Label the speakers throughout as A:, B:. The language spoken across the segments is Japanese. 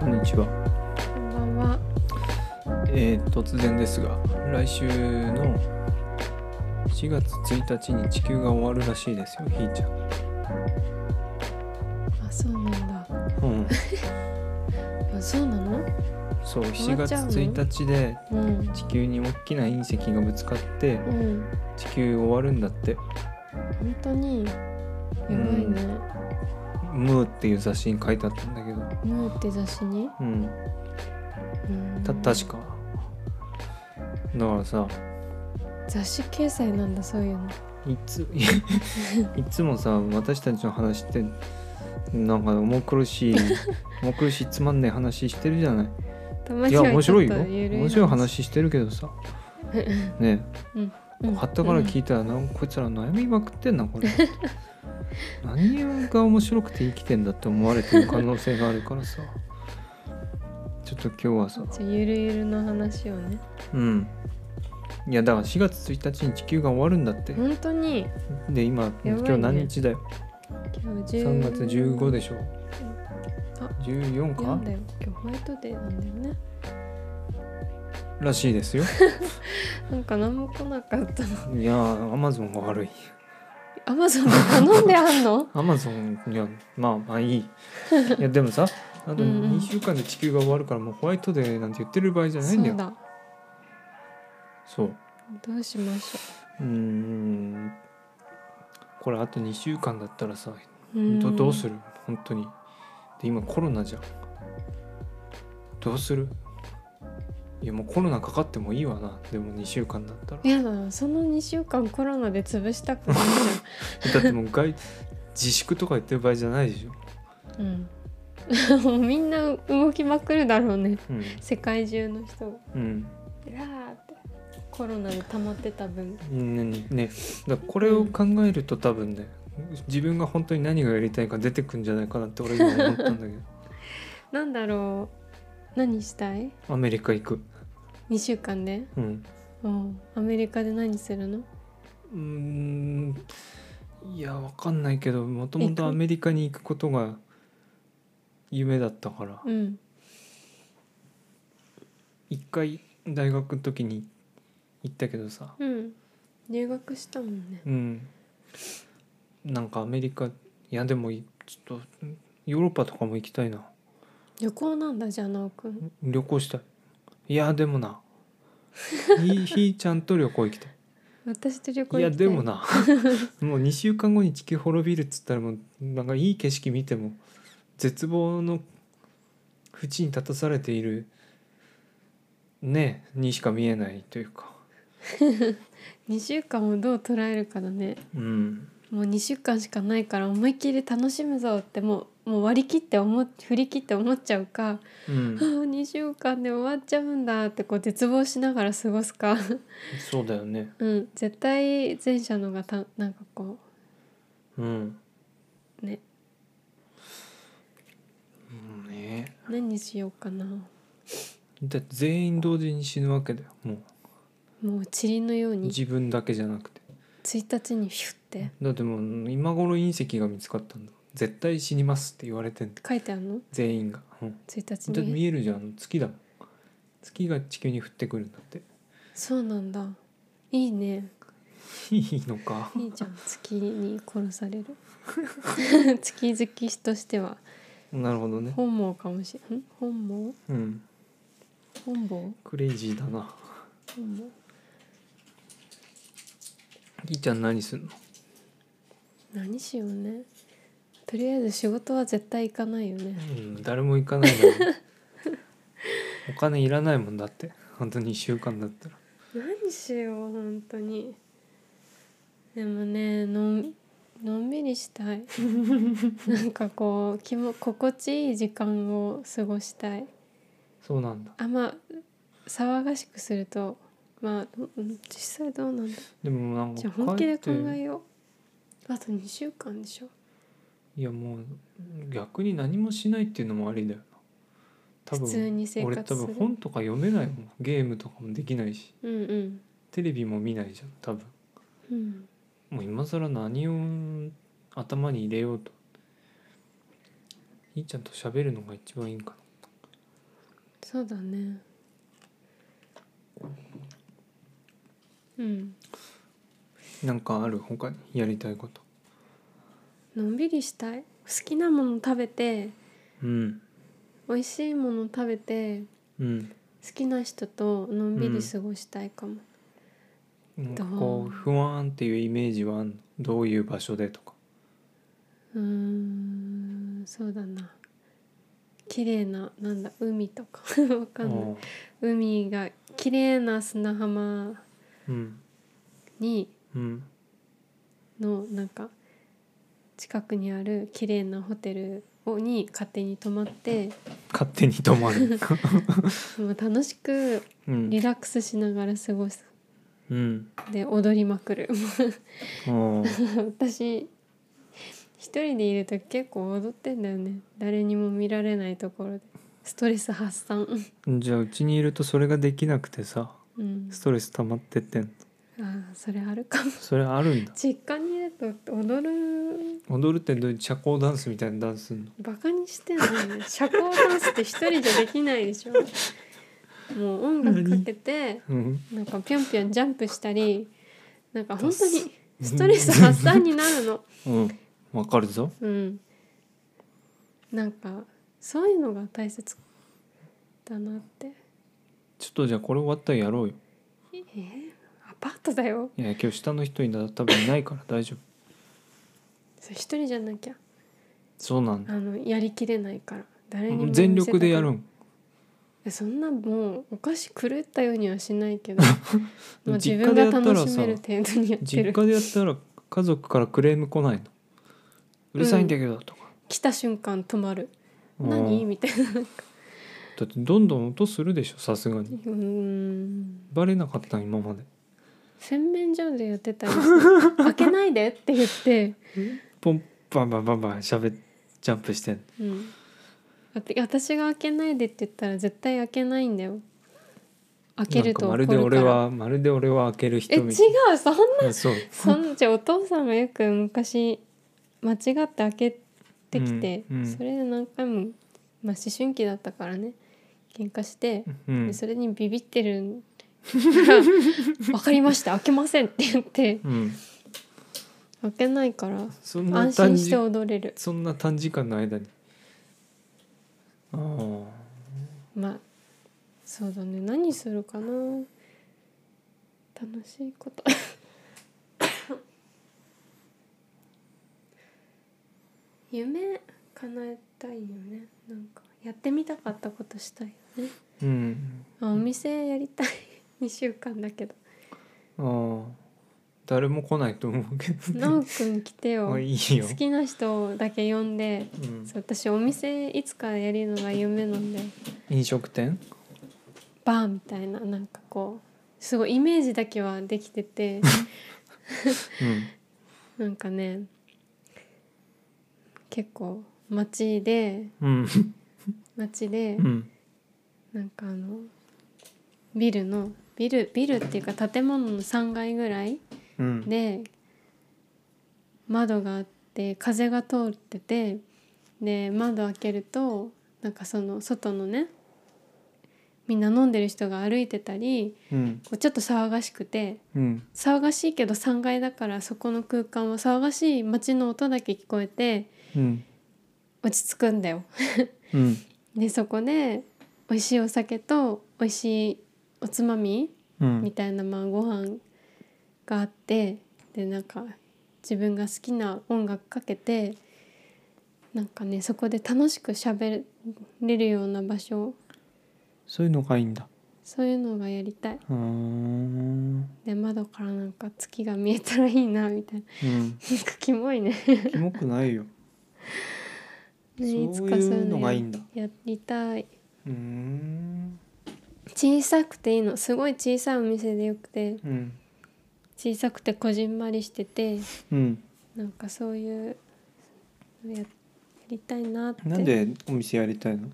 A: こんにちは。
B: こんばんは。
A: えー、突然ですが、来週の4月1日に地球が終わるらしいですよ、ひーちゃん。
B: あ、そうなんだ。
A: うん、
B: あ、そうなの？
A: そう、
B: 終
A: 7
B: わ
A: 月
B: っちゃうの
A: 1日で
B: うん。
A: 地球に大きな隕石がぶつかって
B: うん。
A: 地球終わるんだって。
B: 本当にやばいね。
A: ムーっていう雑誌に書いてあったんだけど、
B: ムーって雑誌に？
A: うん、
B: うん
A: た確か。だからさ、
B: 雑誌掲載なんだそういうの。
A: い ついつもさ私たちの話ってなんか重苦 しい重苦しいつまんない話してるじゃない
B: たま
A: い
B: に
A: や
B: は
A: 面
B: ちょ
A: 白
B: っ
A: い
B: と
A: よ
B: ゆる
A: 面白い話してるけど さねえはたから聞いたらなんこいつら悩みまくってんな これ何が面白くて生きてんだって思われてる可能性があるからさちょっと今日はさ
B: じゃあゆるゆるの話をね。
A: うんいやだから4月1日に地球が終わるんだって
B: 本当に
A: で今、
B: やばい
A: 今
B: ね
A: 日何日だよ
B: 今日
A: 3月15
B: で。
A: でしょ
B: あ
A: 14
B: 読
A: か
B: んだよ。今日ホワイトデーなんだよね。
A: らしい ですよ
B: なんか何も来なかった の。
A: いやーアマゾンが悪い
B: アマゾンで頼んであんの？
A: アマゾンいやまあまあいいい やでもさあと
B: うんうん
A: 2週間で地球が終わるからもうホワイトデーなんて言ってる場合じゃ ない
B: そ
A: んだよ
B: うだ。
A: そう
B: どうしまし
A: う
B: ょ
A: ーんこれあと2週間だったらさ
B: う。ん
A: どどうする本当にで今コロナじゃんどうするいやもうコロナかかってもいいわなでも2週間だったら
B: いやだその2週間コロナで潰したくない
A: だってもう外自粛とか言ってる場合じゃないでしょ、
B: じゃん、うん、も うみんな動きまくるだろうね
A: うん
B: 世界中の人が
A: うん
B: うわーってコロナで溜まってた分
A: ねねだからこれを考えると多分ね自分が本当に何がやりたいか出てくんじゃないかなって俺今思ったんだけ ど
B: なんだろう何したい
A: アメリカ行く
B: ?2 週間で
A: うん
B: うんアメリカで何するの
A: うーんいやわかんないけどもともとアメリカに行くことが夢だったから
B: うん
A: 一回大学の時に行ったけどさ
B: うん留学したもんね
A: うんなんかアメリカいやでもいちょっとヨーロッパとかも行きたいな
B: 旅行なんだじゃあ奈くん
A: 旅行したいいやでも なひひーちゃんと旅行行きたい
B: 私と旅行
A: いや
B: 行きた
A: でもな もう2週間後に地球滅びるっつったらもうなんかいい景色見ても絶望の淵に立たされているねにしか見えないというか
B: 2週間をどう捉えるかだね
A: うん
B: もう2週間しかないから思いっきり楽しむぞってもうもう割り切って思っ振り切って思っちゃうか、
A: う
B: あ
A: ん
B: あ2週間で終わっちゃうんだってこう絶望しながら過ごすか
A: そうだよね
B: うん絶対前者のがたなんかこ
A: うん
B: うね
A: うんね
B: 何しようかな
A: だって全員同時に死ぬわけだよもう
B: もう塵のように1
A: 自分だけじゃなくて
B: 日にヒュッて
A: だってもう今頃隕石が見つかったんだ絶対死にますって言われてんだ
B: 書いてあるの
A: 全員が、うん、
B: 1
A: だ
B: 日
A: って
B: に
A: 見えるじゃん月だもん月が地球に降ってくるんだって
B: そうなんだいいね
A: いいのか
B: いいじゃん月に殺される 月好きとしては
A: なるほどね
B: 本望かもしれん本望
A: うん
B: 本望
A: クレイジーだな
B: 本望
A: ひーちゃん何すんの
B: 何しようねとりあえず仕事は絶対行かないよね
A: うん誰も行かないだろうお金いらないもんだって本当に1週間だったら
B: 何しよう本当にでもねのんのんびりした いなんかこう気も心地いい時間を過ごしたい
A: そうなんだ
B: あんま騒がしくするとまあうん実際どうなんだ
A: でもなんか
B: じゃあ本気で考
A: 帰って
B: えようあと2週間でしょ
A: いやもう逆に何もしないっていうのもありだよな多
B: 普通
A: 分
B: に生
A: 俺
B: 活
A: 多
B: する
A: 分本とか読めないもんゲームとかもできないし
B: うんうん
A: テレビも見ないじゃん多分
B: うん
A: もう今更何を頭に入れようとひーちゃんと喋るのが一番いいんか
B: そうだねうん
A: なんかある他にやりたいこと
B: のんびりしたい好きなもの食べて
A: うん
B: 美味しいもの食べて
A: うん
B: 好きな人とのんびり過ごしたいかも、
A: なんか
B: どう
A: こう不安っていうイメージはあんのどういう場所でとか
B: うーんそうだな綺麗ななんだ海とか わかんない
A: ああ
B: 海が綺麗な砂浜
A: うん
B: に
A: うん
B: のなんか近くにある綺麗なホテルをに勝手に泊まって
A: 勝手に止ま る
B: もう楽しく
A: うん
B: リラックスしながら過ごす
A: うん
B: で踊りまくる
A: ああ
B: 私一人でいる時結構踊ってんだよね誰にも見られないところでストレス発散、
A: じゃあうちにいるとそれができなくてさ
B: うん、
A: ストレス溜まってってんの
B: あーそれあるかも
A: それあるんだ
B: 実家にいると踊る
A: 踊るってどういう社交ダンスみたいなダンスすんの
B: バカにしてんのね社交ダンスって一人じゃできないでしょ もう音楽かけて
A: うん
B: なんかぴょんぴょんジャンプしたりなんか本当
A: ダ
B: にストレス発散になるの
A: うんわかるぞ
B: うんなんかそういうのが大切だなって
A: ちょっとじゃあこれ終わったらやろうよ
B: えーアパートだよ
A: いや今日下の人にだ多分いないから大丈夫
B: それ一人じゃなきゃ
A: そうなん
B: あ
A: だ
B: のやりきれないから誰にも
A: 全力でやる
B: 見せたくない
A: ん
B: えそんなもうお菓子狂ったようにはしない けどもう自
A: 実
B: 分
A: 家で
B: が
A: やったらさ
B: 楽しめる程度にやって
A: 実
B: る
A: 家でやったら家族からクレーム来ないのうるさいんだけどとか、
B: 来た瞬間止まる
A: う
B: 何
A: ん
B: みたいなう
A: だってどんどん音するでしょさすがに
B: ーん
A: バレなかった今まで
B: 洗面所でやってたりし て開けないでって言って、
A: ポンバンバンバンバンしゃべジャンプしてん
B: うん、あて私が開けないでって言ったら絶対開けないんだよ開けると
A: な
B: 怒
A: んかまる
B: るか
A: で
B: ら
A: 俺はまるで俺は開ける
B: え
A: 人
B: 違
A: み
B: う
A: たい
B: そん
A: なそう
B: そ んじゃお父さんがよく昔間違って開けてきて、
A: うんうん
B: それで何回も、まあ、思春期だったからね喧嘩して、
A: うん
B: でそれにビビってるから 「分かりました開けません」って言って
A: うん
B: 開けないから
A: そんな
B: 安
A: 短
B: 心して
A: 時
B: 踊れる
A: そんな短時間の間にああ
B: まあそうだね何するかな楽しいこと 夢叶えたいよねなんかやってみたかったことしたいよね
A: うん
B: あお店やりたい 2週間だけど
A: ああ誰も来ないと思うけど
B: 奈
A: ね
B: くん来 てよ
A: あいいよ
B: 好、きな人だけ呼んで
A: うん
B: そう、私お店いつかやるのが夢なんで
A: 飲食店
B: バーみたいななんかこうすごいイメージだけはできててなんかね結構街で
A: うんうん
B: 街で
A: うん
B: なんかあのビルのビルビルっていうか建物の3階ぐらい
A: うん
B: で窓があって風が通っててで窓開けるとなんかその外のねみんな飲んでる人が歩いてたり
A: うん
B: こうちょっと騒がしくて
A: うん
B: 騒がしいけど3階だからそこの空間は騒がしい街の音だけ聞こえて
A: うん
B: 落ち着くんだよ。
A: うん
B: でそこで美味しいお酒と美味しいおつまみ
A: うん
B: みたいなまあご飯があってでなんか自分が好きな音楽かけてなんかねそこで楽しく喋れるような場所
A: そういうのがいいんだ
B: そういうのがやりたいう
A: ーん
B: で窓からなんか月が見えたらいいなみたいな
A: うん
B: なんかキモいね
A: キモくないよ
B: ね
A: そういう
B: いつかそういうの
A: のがいいんだ
B: やりたいう
A: ーん
B: 小さくていいのすごい小さいお店でよくて
A: うん
B: 小さくてこじんまりしてて
A: うん
B: なんかそういうのややりたいなって
A: なんでお店やりたいの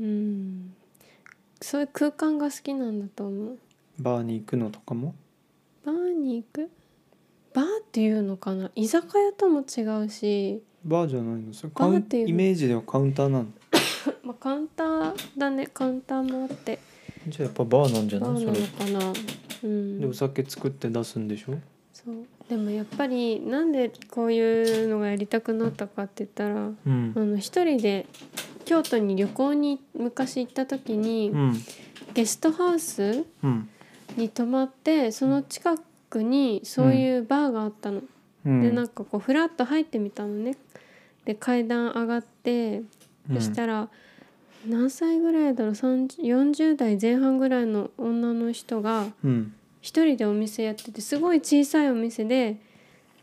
B: うんそういう空間が好きなんだと思う
A: バーに行くのとかも
B: バーに行くバーっていうのかな居酒屋とも違うし
A: バーじゃないのそれカウン
B: バーっていうの
A: イメージではカウンターなの
B: まあ、カウンターだねカウンターもあって
A: じゃあやっぱバーなんじゃ
B: バ
A: ない
B: ー
A: そ
B: な
A: れ
B: のかなうん
A: でお酒作って出すんでしょ
B: そうでもやっぱりなんでこういうのがやりたくなったかって言ったら
A: うん
B: あの一人で京都に旅行に昔行った時に
A: うん
B: ゲストハウス
A: うん
B: に泊まってその近くにそういうバーがあったの、
A: うん
B: でなんかこうフラッと入ってみたのねで階段上がってそしたら何歳ぐらいだろう30 40代前半ぐらいの女の人が
A: うん
B: 一人でお店やっててすごい小さいお店で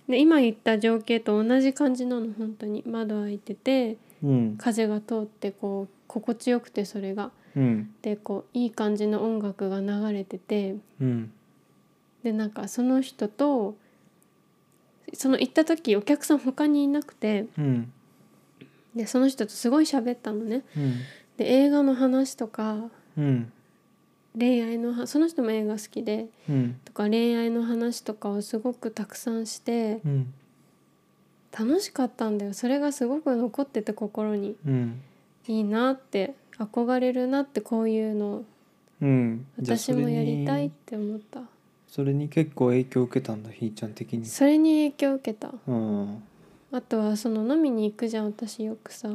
B: で今言った情景と同じ感じなの本当に窓開いてて
A: うん
B: 風が通ってこう心地よくてそれが
A: うん
B: でこういい感じの音楽が流れてて
A: うん
B: でなんかその人とその行った時お客さん他にいなくて
A: うん
B: でその人とすごい喋ったのね
A: うん
B: で映画の話とか
A: うん
B: 恋愛のはその人も映画好きで
A: うん
B: とか恋愛の話とかをすごくたくさんして
A: うん
B: 楽しかったんだよそれがすごく残ってて心に
A: うん
B: いいなって憧れるなってこういうの
A: うんじゃあ
B: 私もやりたいって思った
A: それにそれに結構影響受けたんだひーちゃん的に
B: それに影響を受けた
A: うん
B: あとはその飲みに行くじゃん私よくさ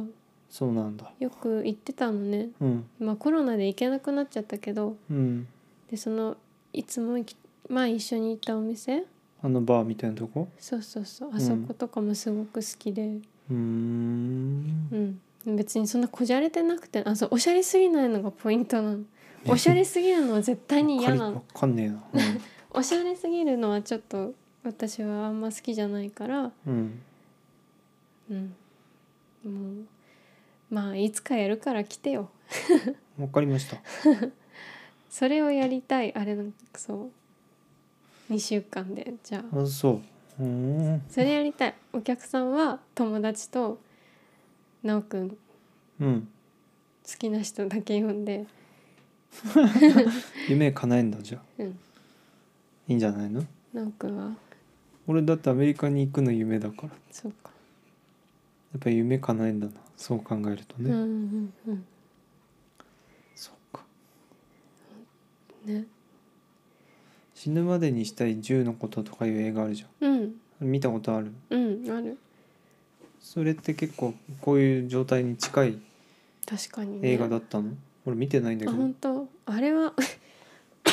A: そうなんだ
B: よく行ってたのね
A: うん
B: まあコロナで行けなくなっちゃったけど
A: うん
B: でそのいつも行き前一緒に行ったお店
A: あのバーみたいなとこ
B: そうそうそう
A: う
B: あ
A: ん
B: そことかもすごく好きで
A: うーん
B: うん、別にそんなこじゃれてなくてあそうおしゃれすぎないのがポイントなのおしゃれすぎるのは絶対に嫌な
A: わ
B: の
A: かりわかんねえな
B: おしゃれすぎるのはちょっと私はあんま好きじゃないから
A: うんうん
B: うんもうまあいつかやるから来てよ
A: わかりました
B: それをやりたいあれなんかそう2週間でじゃあ
A: あそううーん
B: それやりたいお客さんは友達と奈くん好
A: うん
B: きな人だけ呼んで
A: 夢叶えんだじゃあ
B: うん
A: いいんじゃないの
B: 奈くんは
A: 俺だってアメリカに行くの夢だからや
B: そうか、
A: っぱり夢叶えんだなそう考えるとね、
B: うんうんうん
A: そっか
B: ね
A: 死ぬまでにしたい10のこととかいう映画あるじ
B: うん
A: ゃん見たことある
B: うんある
A: それって結構こういう状態に近い
B: 確かに、ね、
A: 映画だったの、俺見てないんだ
B: あ
A: けど
B: 本当あれは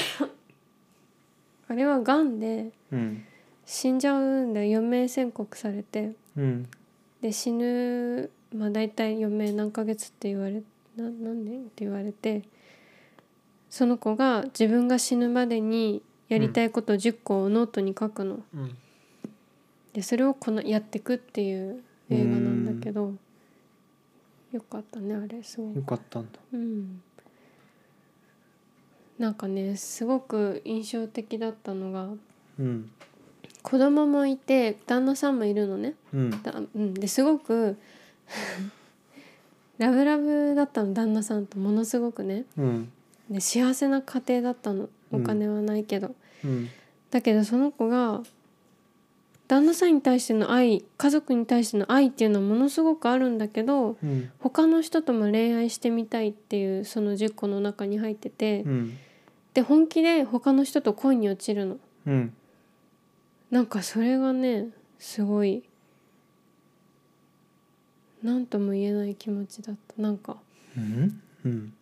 B: あれはがんで
A: うん
B: 死んじゃうんだよ余命宣告されて
A: うん
B: で死ぬまあ大体余命何ヶ月って言われな何年って言われてその子が自分が死ぬまでにやりたいこと10個をノートに書くの、
A: うん
B: でそれをこのやってくっていう映画なんだけどよかったねあれすごく
A: よかったんだ
B: うん、なんかねすごく印象的だったのが
A: うん
B: 子供もいて旦那さんもいるのね
A: うん
B: だ、うん、ですごく ラブラブだったの旦那さんとものすごくね
A: うん
B: で幸せな家庭だったのお金はないけど、
A: うん
B: だけどその子が旦那さんに対しての愛家族に対しての愛っていうのはものすごくあるんだけど
A: うん
B: 他の人とも恋愛してみたいっていうその10個の中に入ってて、
A: うん
B: で本気で他の人と恋に落ちるの
A: うん
B: なんかそれがねすごい何とも言えない気持ちだったなんか
A: うんうん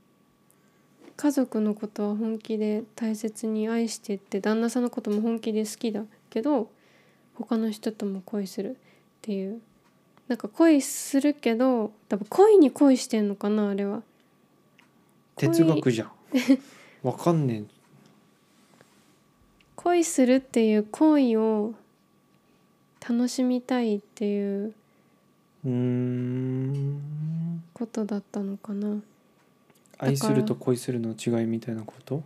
B: 家族のことは本気で大切に愛してって旦那さんのことも本気で好きだけど他の人とも恋するっていうなんか恋するけど多分恋に恋してんのかなあれは
A: 哲学じゃんわかんね
B: 恋するっていう行為を楽しみたいっていう
A: えうーん
B: ことだったのかな
A: 愛すると恋するの違いみたいなこと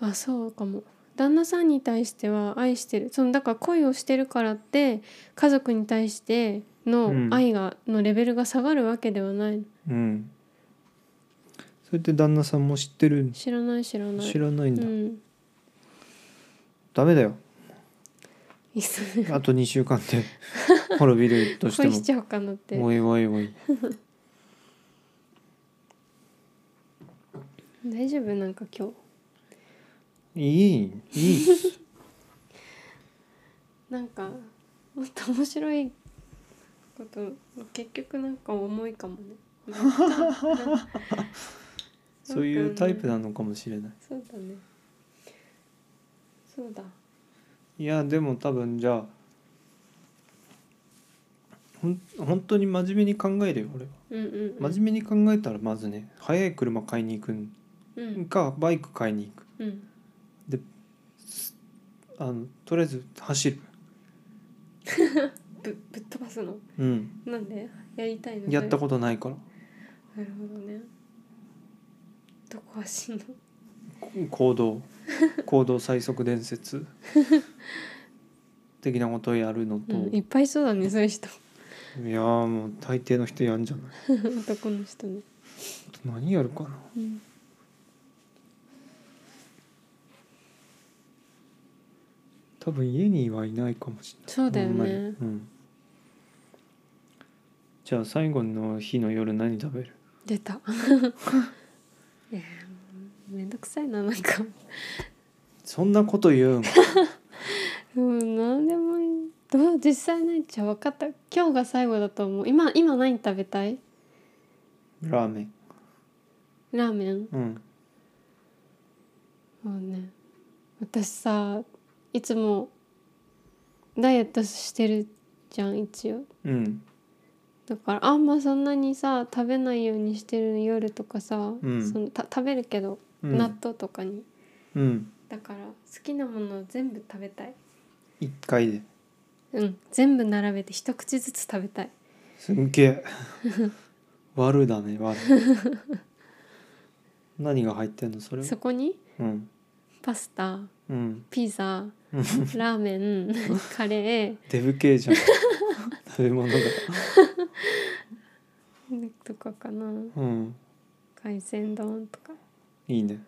B: あそうかも旦那さんに対しては愛してるそのだから恋をしてるからって家族に対して
A: うん
B: の愛が、のレベルが下がるわけではない
A: うんそれって旦那さんも知ってるん
B: 知らない知らない
A: 知らないんだ、
B: うん
A: ダメだよ
B: いっそ
A: あと2週間で滅びるとして
B: 恋しち
A: も
B: ゃおうかなって
A: おいおいおい
B: 大丈夫なんか今日
A: いいいいっす
B: なんかもっと面白いこと結局なんか重い かもね
A: そういうタイプなのかもしれない
B: そうだねそうだ
A: いやでも多分じゃあほん本当に真面目に考えるよ俺は
B: うんうん、うん、
A: 真面目に考えたらまずね速い車買いに行くん
B: うん
A: かバイク買いに行く
B: うん
A: あのとりあえず走る
B: ぶぶっ飛ばすの
A: うん
B: なんでやりたいの
A: やったことないから
B: となるほどねどこ走んの
A: こ行動行動最速伝説的なことをやるのと、
B: うん、いっぱいいそうだねそういう人
A: いやーもう大抵の人やんじゃない
B: 男の人ね、
A: あと何やるかな
B: うん、
A: 多分家にはいないかもしれない
B: そうだよ
A: ほんまに
B: ね
A: うんじゃあ最後の日の夜何食べる
B: 出 たいやめんどくさいななんか
A: そんなこと言う んか
B: うん何でもいいどう実際ないじゃあ分かった今日が最後だと思う今今何食べたい
A: ラーメン
B: ラーメン
A: うん
B: もうね私さいつもダイエットしてるじゃん一応
A: うん
B: だからあんまそんなにさ食べないようにしてる夜とかさ、
A: うん
B: そのた食べるけど、
A: うん
B: 納豆とかに
A: うん
B: だから好きなものを全部食べたい
A: 一回で
B: うん全部並べて一口ずつ食べたい
A: すんげ え悪だね悪何が入ってんのそれは
B: そこに
A: うん
B: パスタ
A: うん
B: ピ
A: う
B: ザ
A: ん
B: ラーメン カレ
A: デブ系 じゃん食べ物が
B: ーとかかな
A: うん
B: 海鮮丼とか
A: いいね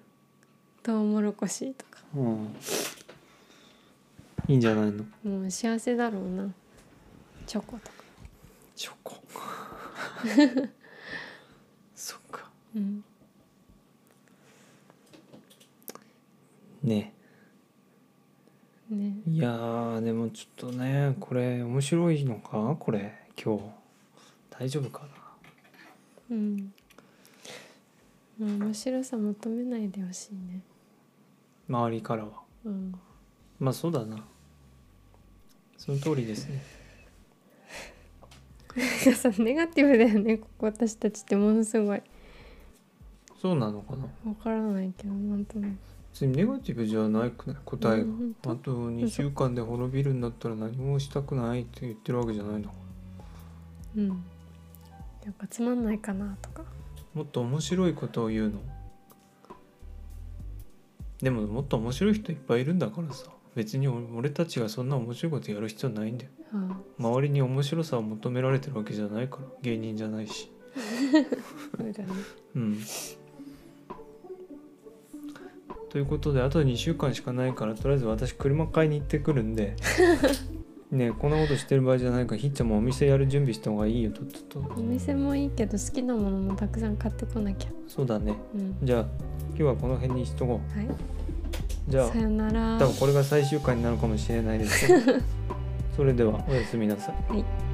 B: トウモロコシとか
A: うんいいんじゃないの
B: もう幸せだろうなチョコとか、
A: チョ コそっか
B: うん、
A: ね
B: ね
A: いやーでもちょっとねこれ面白いのかこれ今日大丈夫か
B: うんもう面白さ求めないでほしいね
A: な周りからは
B: うん
A: まあそうだなその通りですね
B: なんかさネガティブだよねここ私たちってものすごい
A: そうなのかな
B: わからないけどなんとなく
A: 別にネガティブじゃないくない答え
B: う
A: が
B: ん本当
A: あと2週間で滅びるんだったら何もしたくないって言ってるわけじゃないの
B: うんなんかつまんないかなとか
A: もっと面白いことを言うのでももっと面白い人いっぱいいるんだからさ別に俺俺たちがそんな面白いことやる必要ないんだよ
B: あ
A: 周りに面白さを求められてるわけじゃないから芸人じゃないし
B: そうだね
A: うんということであと2週間しかないからとりあえず私車買いに行ってくるんでねえこんなことしてる場合じゃないからひっちゃんもお店やる準備した方がいいよとっとと
B: お店もいいけど好きなものもたくさん買ってこなきゃ
A: そうだね
B: うん
A: じゃあ今日はこの辺にしとこ
B: は
A: うじゃあ
B: いさよなら
A: 多分これが最終回になるかもしれないですけどそれではおやすみなさい
B: はい